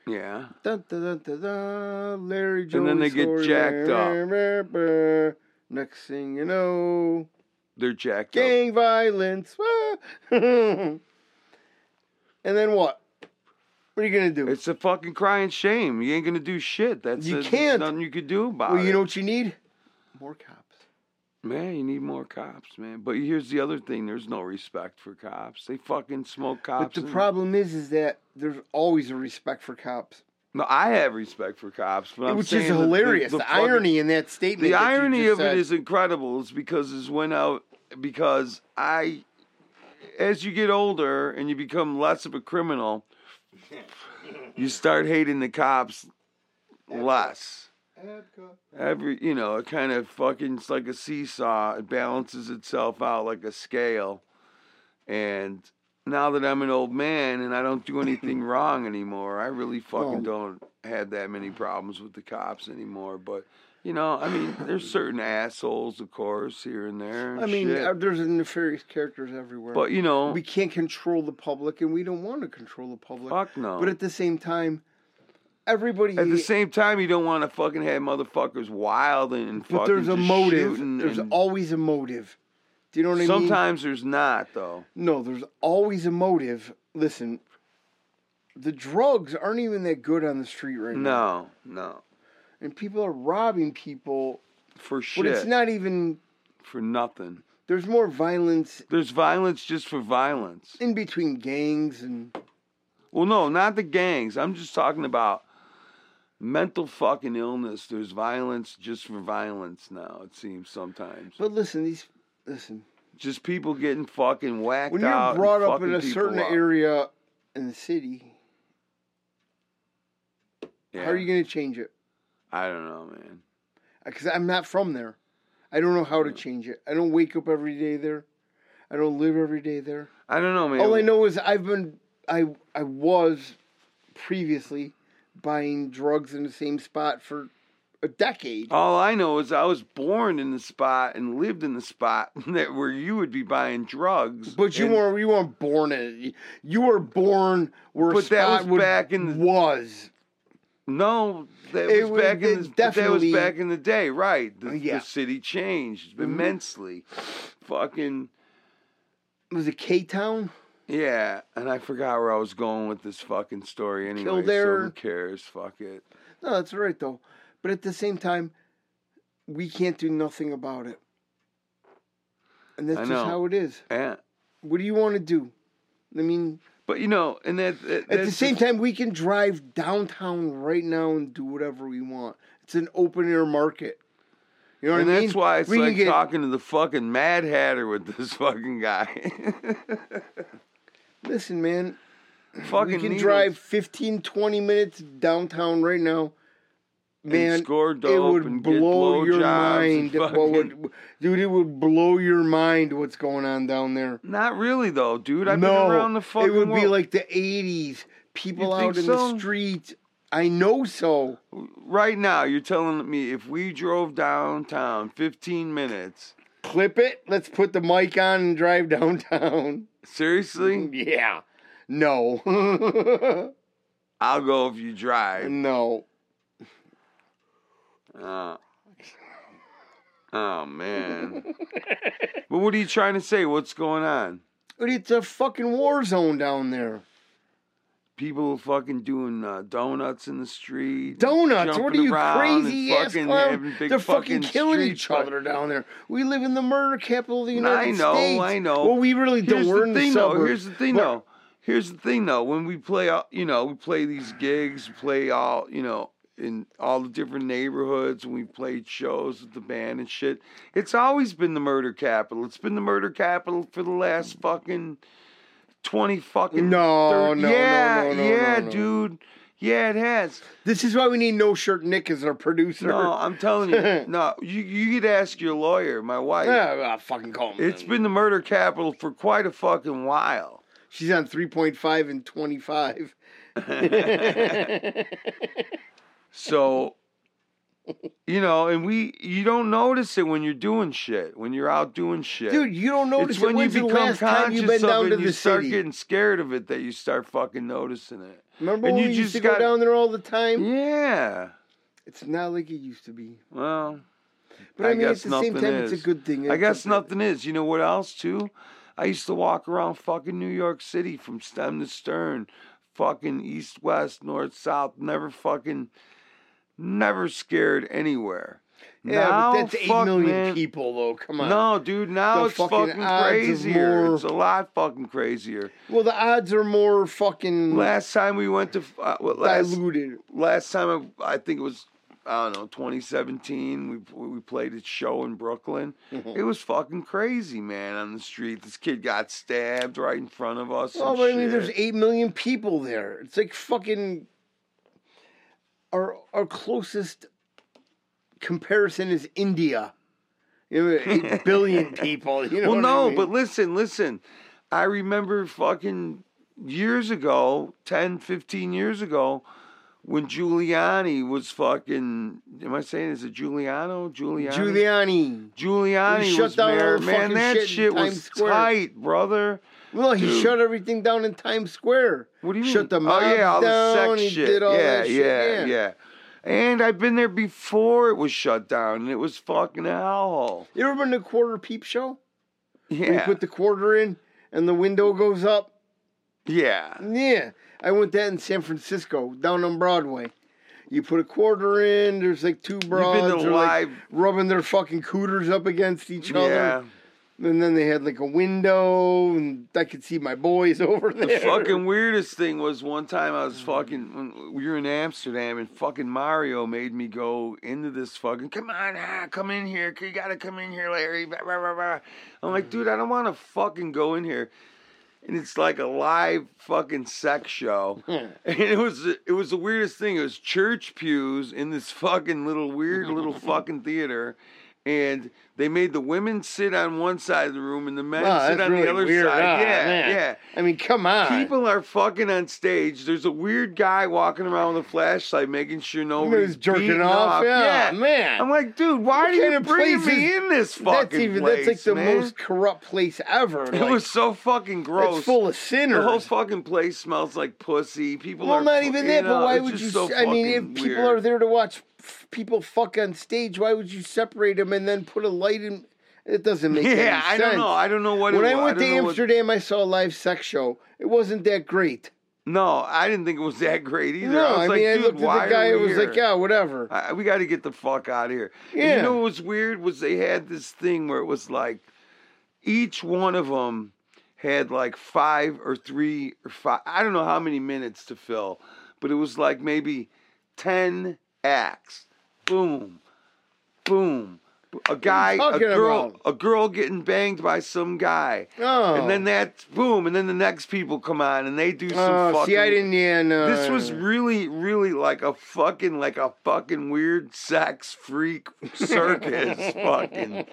Yeah. Dun, dun, dun, dun, dun, Larry Jones. then they get jacked up. up. Next thing you know, They're jacked up. gang violence. Ah. and then what? What are you gonna do? It's a fucking crying shame. You ain't gonna do shit. That's You it. There's can't. nothing you could do about well, you it. know what you need? More cops. Man, you need more cops, man. But here's the other thing: there's no respect for cops. They fucking smoke cops. But the and- problem is, is that there's always a respect for cops, No, I have respect for cops, but I'm which saying is that the- hilarious. The, the fucking- irony in that statement. The that you irony just of said. it is incredible. It's because it's went out because I, as you get older and you become less of a criminal, you start hating the cops less. Every you know, it kind of fucking it's like a seesaw. It balances itself out like a scale. And now that I'm an old man and I don't do anything wrong anymore, I really fucking don't have that many problems with the cops anymore. But you know, I mean, there's certain assholes, of course, here and there. and I mean, shit. uh, there's nefarious characters everywhere. but you know, we can't control the public, and we don't want to control the public. fuck no. But at the same time, everybody. At the same time, you don't want to fucking have motherfuckers wild and fucking. but there's a just motive. shooting There's and- always a motive. Do you know what I mean? Sometimes there's not though. No, there's always a motive. Listen, the drugs aren't even that good on the street right now. No, no, And people are robbing people, for shit, but it's not even. for nothing. There's more violence There's violence just for violence. in between gangs and Well, no, not the gangs. I'm just talking about mental fucking illness. There's violence just for violence now. It seems sometimes but listen these listen just people getting fucking whacked when you're out and brought up in fucking a people certain up. area in the city Yeah. how are you going to change it I don't know, man. because i'm not from there i don't know how to change it i don't wake up every day there i don't live every day there I don't know, man. all i know is i've been i i was previously buying drugs in the same spot for a decade All I know is I was born in the spot and lived in the spot that where you would be buying drugs. but you and- weren't you weren't born in it. You were born where But that spot was would- back in the- was. No, that It was was- back in it the, but that was definitely- back in the day, right? The, Yeah. Mm-hmm. the city changed immensely. Fucking was it K Town? yeah, and I forgot where I was going with this fucking story anyway. So Kildare. who cares? Fuck it. No, that's right though. But at the same time, we can't do nothing about it. And that's I just know. how it is. Yeah. What do you want to do? I mean, Eh, But you know, and that, that at the that's same just- time, we can drive downtown right now and do whatever we want. It's an open air market. You know what and I mean? that's why it's we like can get, talking to the fucking Mad Hatter with this fucking guy. Listen, man, fucking we can needles. drive 15, 20 minutes downtown right now. Man, and score dope it would and get blow your blowjobs and mind what fucking- would dude it would blow your mind what's going on down there Not really though, dude. I've no been around the fucking it would be world. like the 80s people You out think in so? the street i know so right now. You're telling me if we drove downtown 15 minutes, clip it let's put the mic on and drive downtown Mm-hmm. seriously, yeah no I'll go if you drive. no Uh, oh man. but what are you trying to say? What's going on? Dude, it's a fucking war zone down there People fucking doing uh, donuts in the street. donuts. jumping What are you around and crazy ass fucking clown? having big They're fucking, fucking killing street each fight. other down there. We live in the murder capital of the No, I United States. know, I know. Well, we really don't. Here's We're in the the thing, though. suburbs. Here's the thing, But though. Here's the thing, though. When we play, out, you know, we play these gigs, play all, you know, in all the different neighborhoods, and we played shows with the band and shit. It's always been the murder capital. It's been the murder capital for the last fucking twenty fucking. No, no, no, yeah, no, no, yeah, no, no. dude. Yeah, it has. This is why we need No Shirt Nick as our producer. No, I'm telling you. No, you you could ask your lawyer, my wife. Yeah, I fucking call him. It's then. been the murder capital for quite a fucking while. She's on three point five and twenty five. So, you know, and we, you don't notice it when you're doing shit, when you're out doing shit. Dude, you don't notice it's when it. you When's become the last time conscious you've been of down it to and you the start city? getting scared of it that you start fucking noticing it. Remember and when you we just used to got- Mm. go down there all the time? Yeah. It's not like it used to be. Well, But I I, mean, guess at the same nothing time, is. it's a good thing. I It's guess a- nothing is. You know what else, too? I used to walk around fucking New York City from stem to stern, fucking east, west, north, south, never fucking, never scared anywhere. Yeah, Now, but that's eight fuck, million man. people, though. Come on. No, dude, now The it's fucking fucking odds is crazier. more- It's a lot fucking crazier. Well, the odds are more fucking Last time we went to uh, well, last diluted. last time I, I think it was I don't know 2017 we we played a show in Brooklyn. Mm. It was fucking crazy, man, on the street. This kid got stabbed right in front of us. Well, and but I mean, shit. there's eight million people there. It's like fucking. Our our closest comparison is India. You know, eight billion people. You know. Well, what no, I mean? but listen, listen. I remember fucking years ago, 10, 15 years ago, when Giuliani was fucking. Am I saying is it Giuliano? Giuliani. Giuliani. Giuliani He shut was down all mayor. the Man, fucking that shit in was Times Square. tight, brother. Well, he Dude. shut everything down in Times Square. What do you Shut the mean? oh yeah, all mobs the down, he sex shit. did all yeah, that shit, yeah, yeah. yeah. And I've been there before it was shut down, and it was fucking hellhole. You ever been to Quarter Peep Show? Yeah, You put the quarter in, and the window goes up. yeah. Yeah, I went that in San Francisco, down on Broadway. You put a quarter in. There's like two broads to they're, like, live- rubbing their fucking cooters up against each Yeah. other. And then they had like a window, and I could see my boys over there. Mm. The fucking weirdest thing was one time I was fucking when we were in Amsterdam and fucking Mario made me go into this fucking come on ah, come in here you gotta come in here Larry blah, blah, blah, blah." I'm like dude I don't want to fucking go in here and it's like a live fucking sex show and it was it was the weirdest thing it was church pews in this fucking little weird little fucking theater. And they made the women sit on one side of the room and the men Wow, sit that's on really the other weird. side. Ah, yeah, man. yeah. I mean, come on. People are fucking on stage. There's a weird guy walking around with a flashlight, making sure nobody's He's jerking beating off. Yeah, man. I'm like, dude, why What are you kind of place bringing me is- in this fucking that's even place, that's like the man? most corrupt place ever. It like, was so fucking gross. It's full of the sinners. whole fucking place smells like pussy. People well, are not fu- even you that, know, but why it's would just you? So I mean, if fucking people weird. are there to watch f- people fuck on stage, why would you separate them and then put a light in? It doesn't make any yeah, I sense. don't know. I don't know what. when it I was. went to don't know what- Amsterdam, I saw a live sex show. It wasn't that great. no, I didn't think it was that great either. No, I I, was like, mean, dude, I looked why at are the guy. It we was here? Uh, like, yeah, whatever. I, we got to get the fuck out of here. And Yeah. you know what was weird was they had this thing where it was like each one of them had like five or three or five. I don't know how many minutes to fill, but it was like maybe ten acts. Boom, boom. A guy, a talking girl, about? a girl getting banged by some guy, oh, and then that's boom, and then the next people come on and they do some oh, fucking. see, I didn't. Yeah, no. This was really, really like a fucking, like a fucking weird sex freak circus, fucking.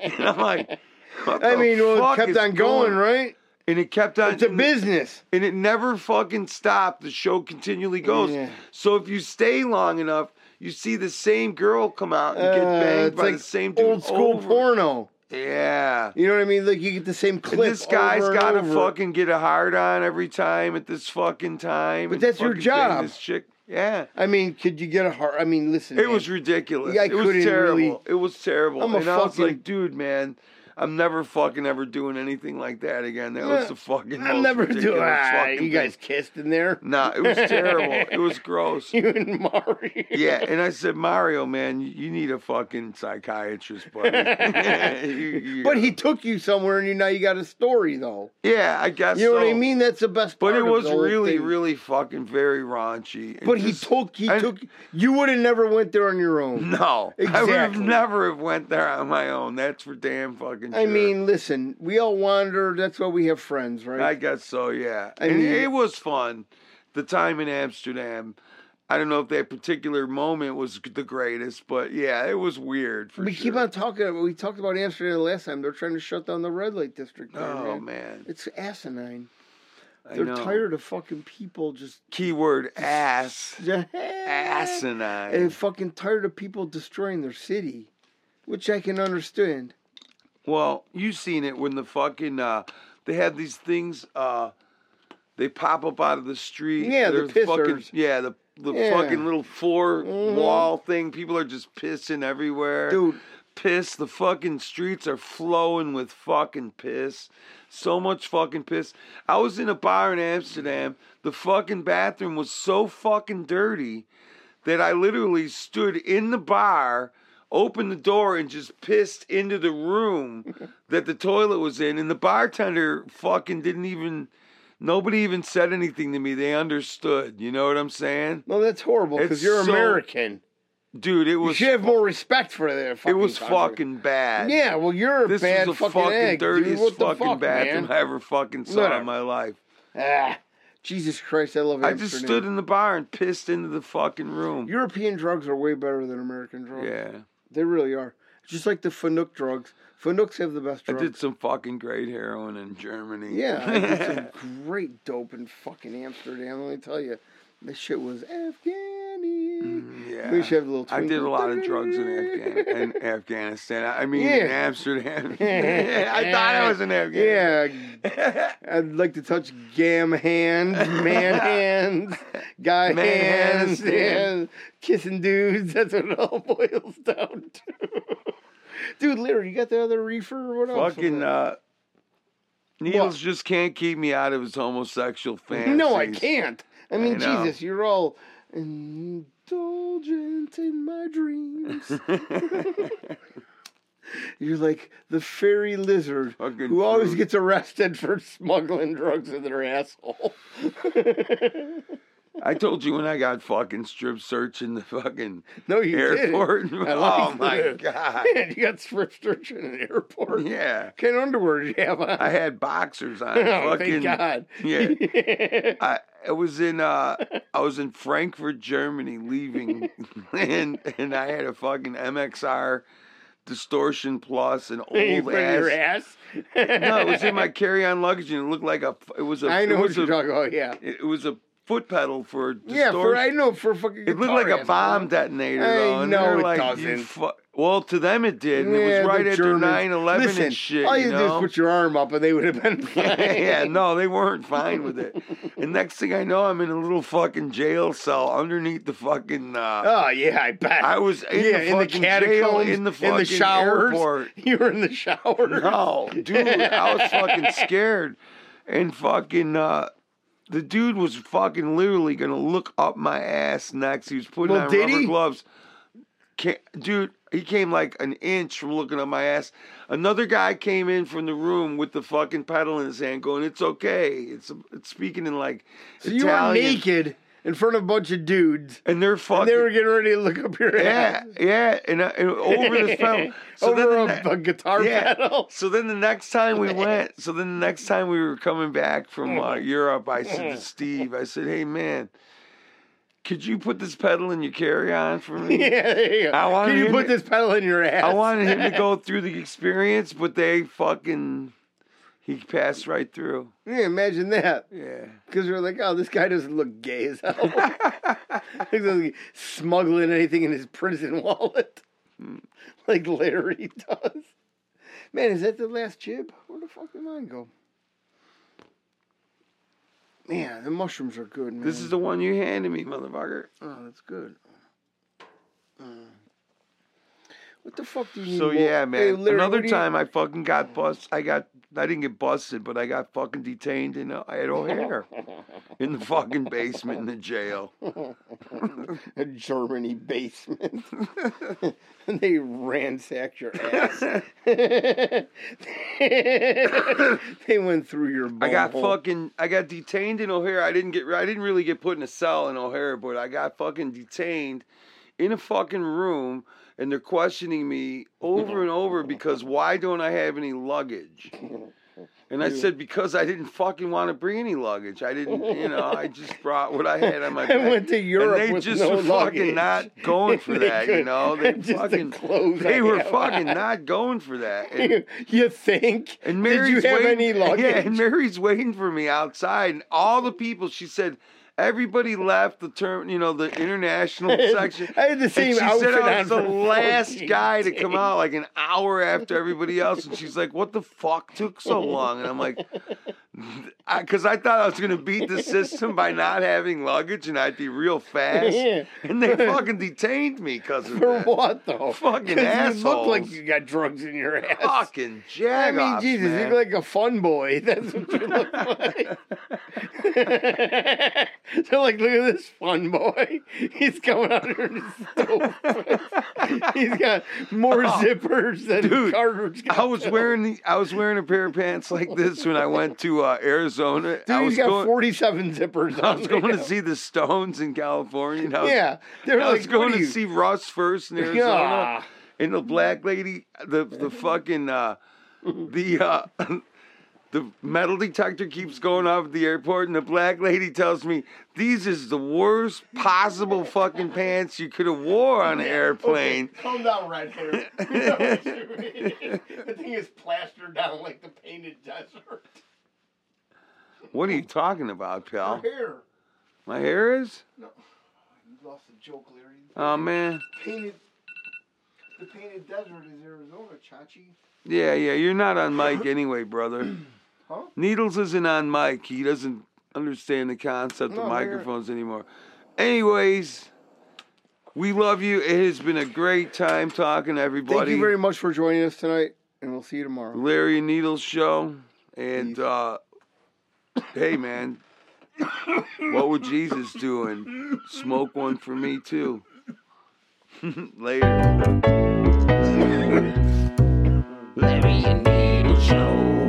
And I'm like, what I the mean, well, fuck it kept is on going, right? and it kept on. It's a business. and it never fucking stopped. The show continually goes. Yeah. So if you stay long enough, you see the same girl come out and get Uh, banged it's by like the same dude. old school over. porno. Yeah. You know what I mean? Like you get the same And clip. this guy's over and got to over. fucking get a hard on every time at this fucking time. But and that's your fucking bang job. This chick. Yeah. I mean, could you get a heart? I mean, listen. It man, was ridiculous. Yeah, I it was couldn't terrible. really- It was terrible. I'm a and I was fucking- like, dude, man, I'm never fucking ever doing anything like that again. That was the fucking. I'm most never ridiculous doing. Ah, fucking you guys thing. kissed in there? Nah, it was terrible. it was gross. You and Mario. Yeah, and I said, Mario, man, you- you need a fucking psychiatrist, buddy. You- you- But he took you somewhere, and you now you got a story though. yeah, I guess. You know what I so. mean? That's the best. But part it of was the whole really, thing. really fucking very raunchy. and But he just- took. He I- took. You would have never went there on your own. No, I would have Exactly. never have went there on my own. That's for damn fucking. I sure. mean, listen. We all wander. That's why we have friends, right? I guess so, yeah. I and mean- it was fun. The time in Amsterdam, I don't know if that particular moment was the greatest, but yeah, it was weird for we sure. keep on talking. about- We talked about Amsterdam last time. They're trying to shut down the red light district. there, Oh man. man, It's asinine. I They're know. tired of fucking people just Keyword ass, asinine. and fucking tired of people destroying their city, which I can understand. Well, you seen it when the fucking uh, they have these things. Uh, they pop up out of the street. Yeah, the They're fucking, pissers. Yeah, the the Yeah. fucking little 4 Mhm. wall thing. People are just pissing everywhere. Dude, piss. The fucking streets are flowing with fucking piss. So much fucking piss. I was in a bar in Amsterdam. The fucking bathroom was so fucking dirty that I literally stood in the bar, opened the door, and just pissed into the room that the toilet was in. And the bartender fucking didn't even. Nobody even said anything to me. They understood. You know what I'm saying? no, that's horrible It's because you're so- American. Dude, it You was should have more respect for their it fucking was country. fucking bad. Yeah, well, you're a This bad was the fucking, fucking, egg, dude. dirtiest What the fucking fuck, bathroom man? I ever fucking saw Look. in my life. Ah, Jesus Christ, I love I Amsterdam. just stood in the bar and pissed into the fucking room. European drugs are way better than American drugs. yeah. They really are. Just like the Fanuc drugs. Fanucs have the best I drugs. did some fucking great heroin in Germany. Yeah, I did some great dope in fucking Amsterdam. Let me tell you, this shit was Afghani. yeah. We should have a little. I did a twinkle. lot of drugs in, Afghan- in Afghanistan. I mean, in Yeah. Amsterdam. I thought I was in Afghanistan. Yeah, I'd like to touch gam hands, man hands, guy Man hands, hands, yeah. yeah, kissing dudes. That's what it all boils down to. Dude, Larry, you got the other reefer or what else? was Fucking it? uh, Needles just can't keep me out of his homosexual fantasy. No, I can't. I mean, know. Jesus, you're all indulgent in my dreams. You're like the fairy lizard Fucking who always fruit. gets arrested for smuggling drugs in their asshole. I told you when I got fucking strip searched in the fucking no, you airport. didn't. I oh like my that. god! Man, you got strip search in an airport. What Yeah, kind of underwear did you have on? I had boxers on. oh, fucking thank God. Yeah. I, I was in uh, I was in Frankfurt, Germany, leaving, and and I had a fucking MXR distortion plus an old you put it in ass. your ass? No, it was in my carry-on luggage, and it looked like a. It was a. I it know what was you're a- talking about. Yeah. It it was a foot pedal for distortion. Yeah, for I know for fucking. It looked like guitar a bomb asshole. detonator, Hey, though. And no, they're it like, you doesn't. fu- well, to them it did, and Yeah, it was the right after Germans. 9 11 Listen, and shit. All you, you did is know? put your arm up, and they would have been fine. yeah, no, they weren't fine with it. And next thing I know, I'm in a little fucking jail cell underneath the fucking. Uh, Oh yeah, I bet. I was in yeah, the in the fucking jail catacombs, in the fucking showers. airport. You were in the shower. No, dude, I was fucking scared, and fucking. Uh, the dude was fucking literally gonna look up my ass next. He was putting Well, on did rubber he? gloves. Ca dude, he came like an inch from looking up my ass. Another guy came in from the room with the fucking pedal in his hand, going, "It's okay." It's, it's speaking in like so you were Italian, naked in front of a bunch of dudes, and they're fucking. and they were getting ready to look up your yeah, ass yeah, and, I, and over this pedal. So then over the a, ne- a guitar yeah. pedal. So then the next time we went, so then the next time we were coming back from uh, Europe, I said to Steve, I said, "Hey man, could you put this pedal in your carry-on for me?" Yeah, there you go. I wanted Can you him put to- this pedal in your ass? I wanted him to go through the experience, but they fucking he passed right through. Yeah, imagine that. Yeah. Because we're like, oh, this guy doesn't look gay as hell. He's like smuggling anything in his prison wallet, like Larry does. Man, is that the last jib? Where the fuck did mine go? Man, the mushrooms are good, man. This is the one you handed me, motherfucker. oh, that's good. Mm. What the fuck do you? So need more- yeah, man. Hey, Larry, what Another do you- time I fucking got bust. I got I didn't get busted, but I got fucking detained in uh, at O'Hare in the fucking basement in the jail. a Germany basement. and they ransacked your ass. they went through your I got butthole. fucking I got detained in O'Hare. I didn't get I didn't really get put in a cell in O'Hare, but I got fucking detained in a fucking room and they're questioning me over and over because why don't I have any luggage? And I said because I didn't fucking want to bring any luggage. I didn't, you know, I just brought what I had on my I back. went to Europe and they with just no were fucking luggage. not going for They that, you could- know. They just the fucking clothes I they were have fucking on. not going for that. And- you think? and Mary's Did you have waiting, any luggage? Yeah, and Mary's waiting for me outside, and all the people. She said everybody left the term, you know, the international section. I had the And same she outfit said I on was for the 14 last guy to days. come out, like an hour after everybody else. And she's like, "What the fuck took so long?" And I'm like, "Because I, thought I was gonna beat the system by not having luggage, and I'd be real fast." Yeah. And they fucking detained me because of For that. what though? Fucking 'Cause You look like assholes. you got drugs in your ass. Fucking I jag mean, Jesus, you look like a fun boy. That's what you look like. They're like, look at this fun boy. He's coming out here in his stove. He's got more Oh, zippers than dude, Oh, Carter's got. I was wearing the, I was wearing a pair of pants like this when I went to uh, Arizona. Dude, I he's was got going, 47 zippers on I was going right to now. see the Stones in California. And I was, Yeah. They're I was like, what going are to you? see Russ first in Arizona. Yeah. And the black lady, the the fucking uh, the uh, the metal detector keeps going off at the airport, and the black lady tells me these is the worst possible fucking pants you could have wore on an airplane. Calm down, red hair. You know what you mean. the thing is plastered down like the painted desert. What are you talking about, pal? Your hair. My hair is? You lost the joke, Larry. Oh man. painted the painted desert is Arizona, Chachi. Yeah, yeah, you're not on mic anyway, brother. Huh? Needles isn't on mic. He doesn't understand the concept No, of we're- microphones anymore. Anyways, we love you. It has been a great time talking to Thank everybody. you very much for joining us tonight, and we'll see you tomorrow. Larry and Needles show. And uh, hey, man, what would Jesus do? And smoke one for me too. Later. Larry and Needle Show.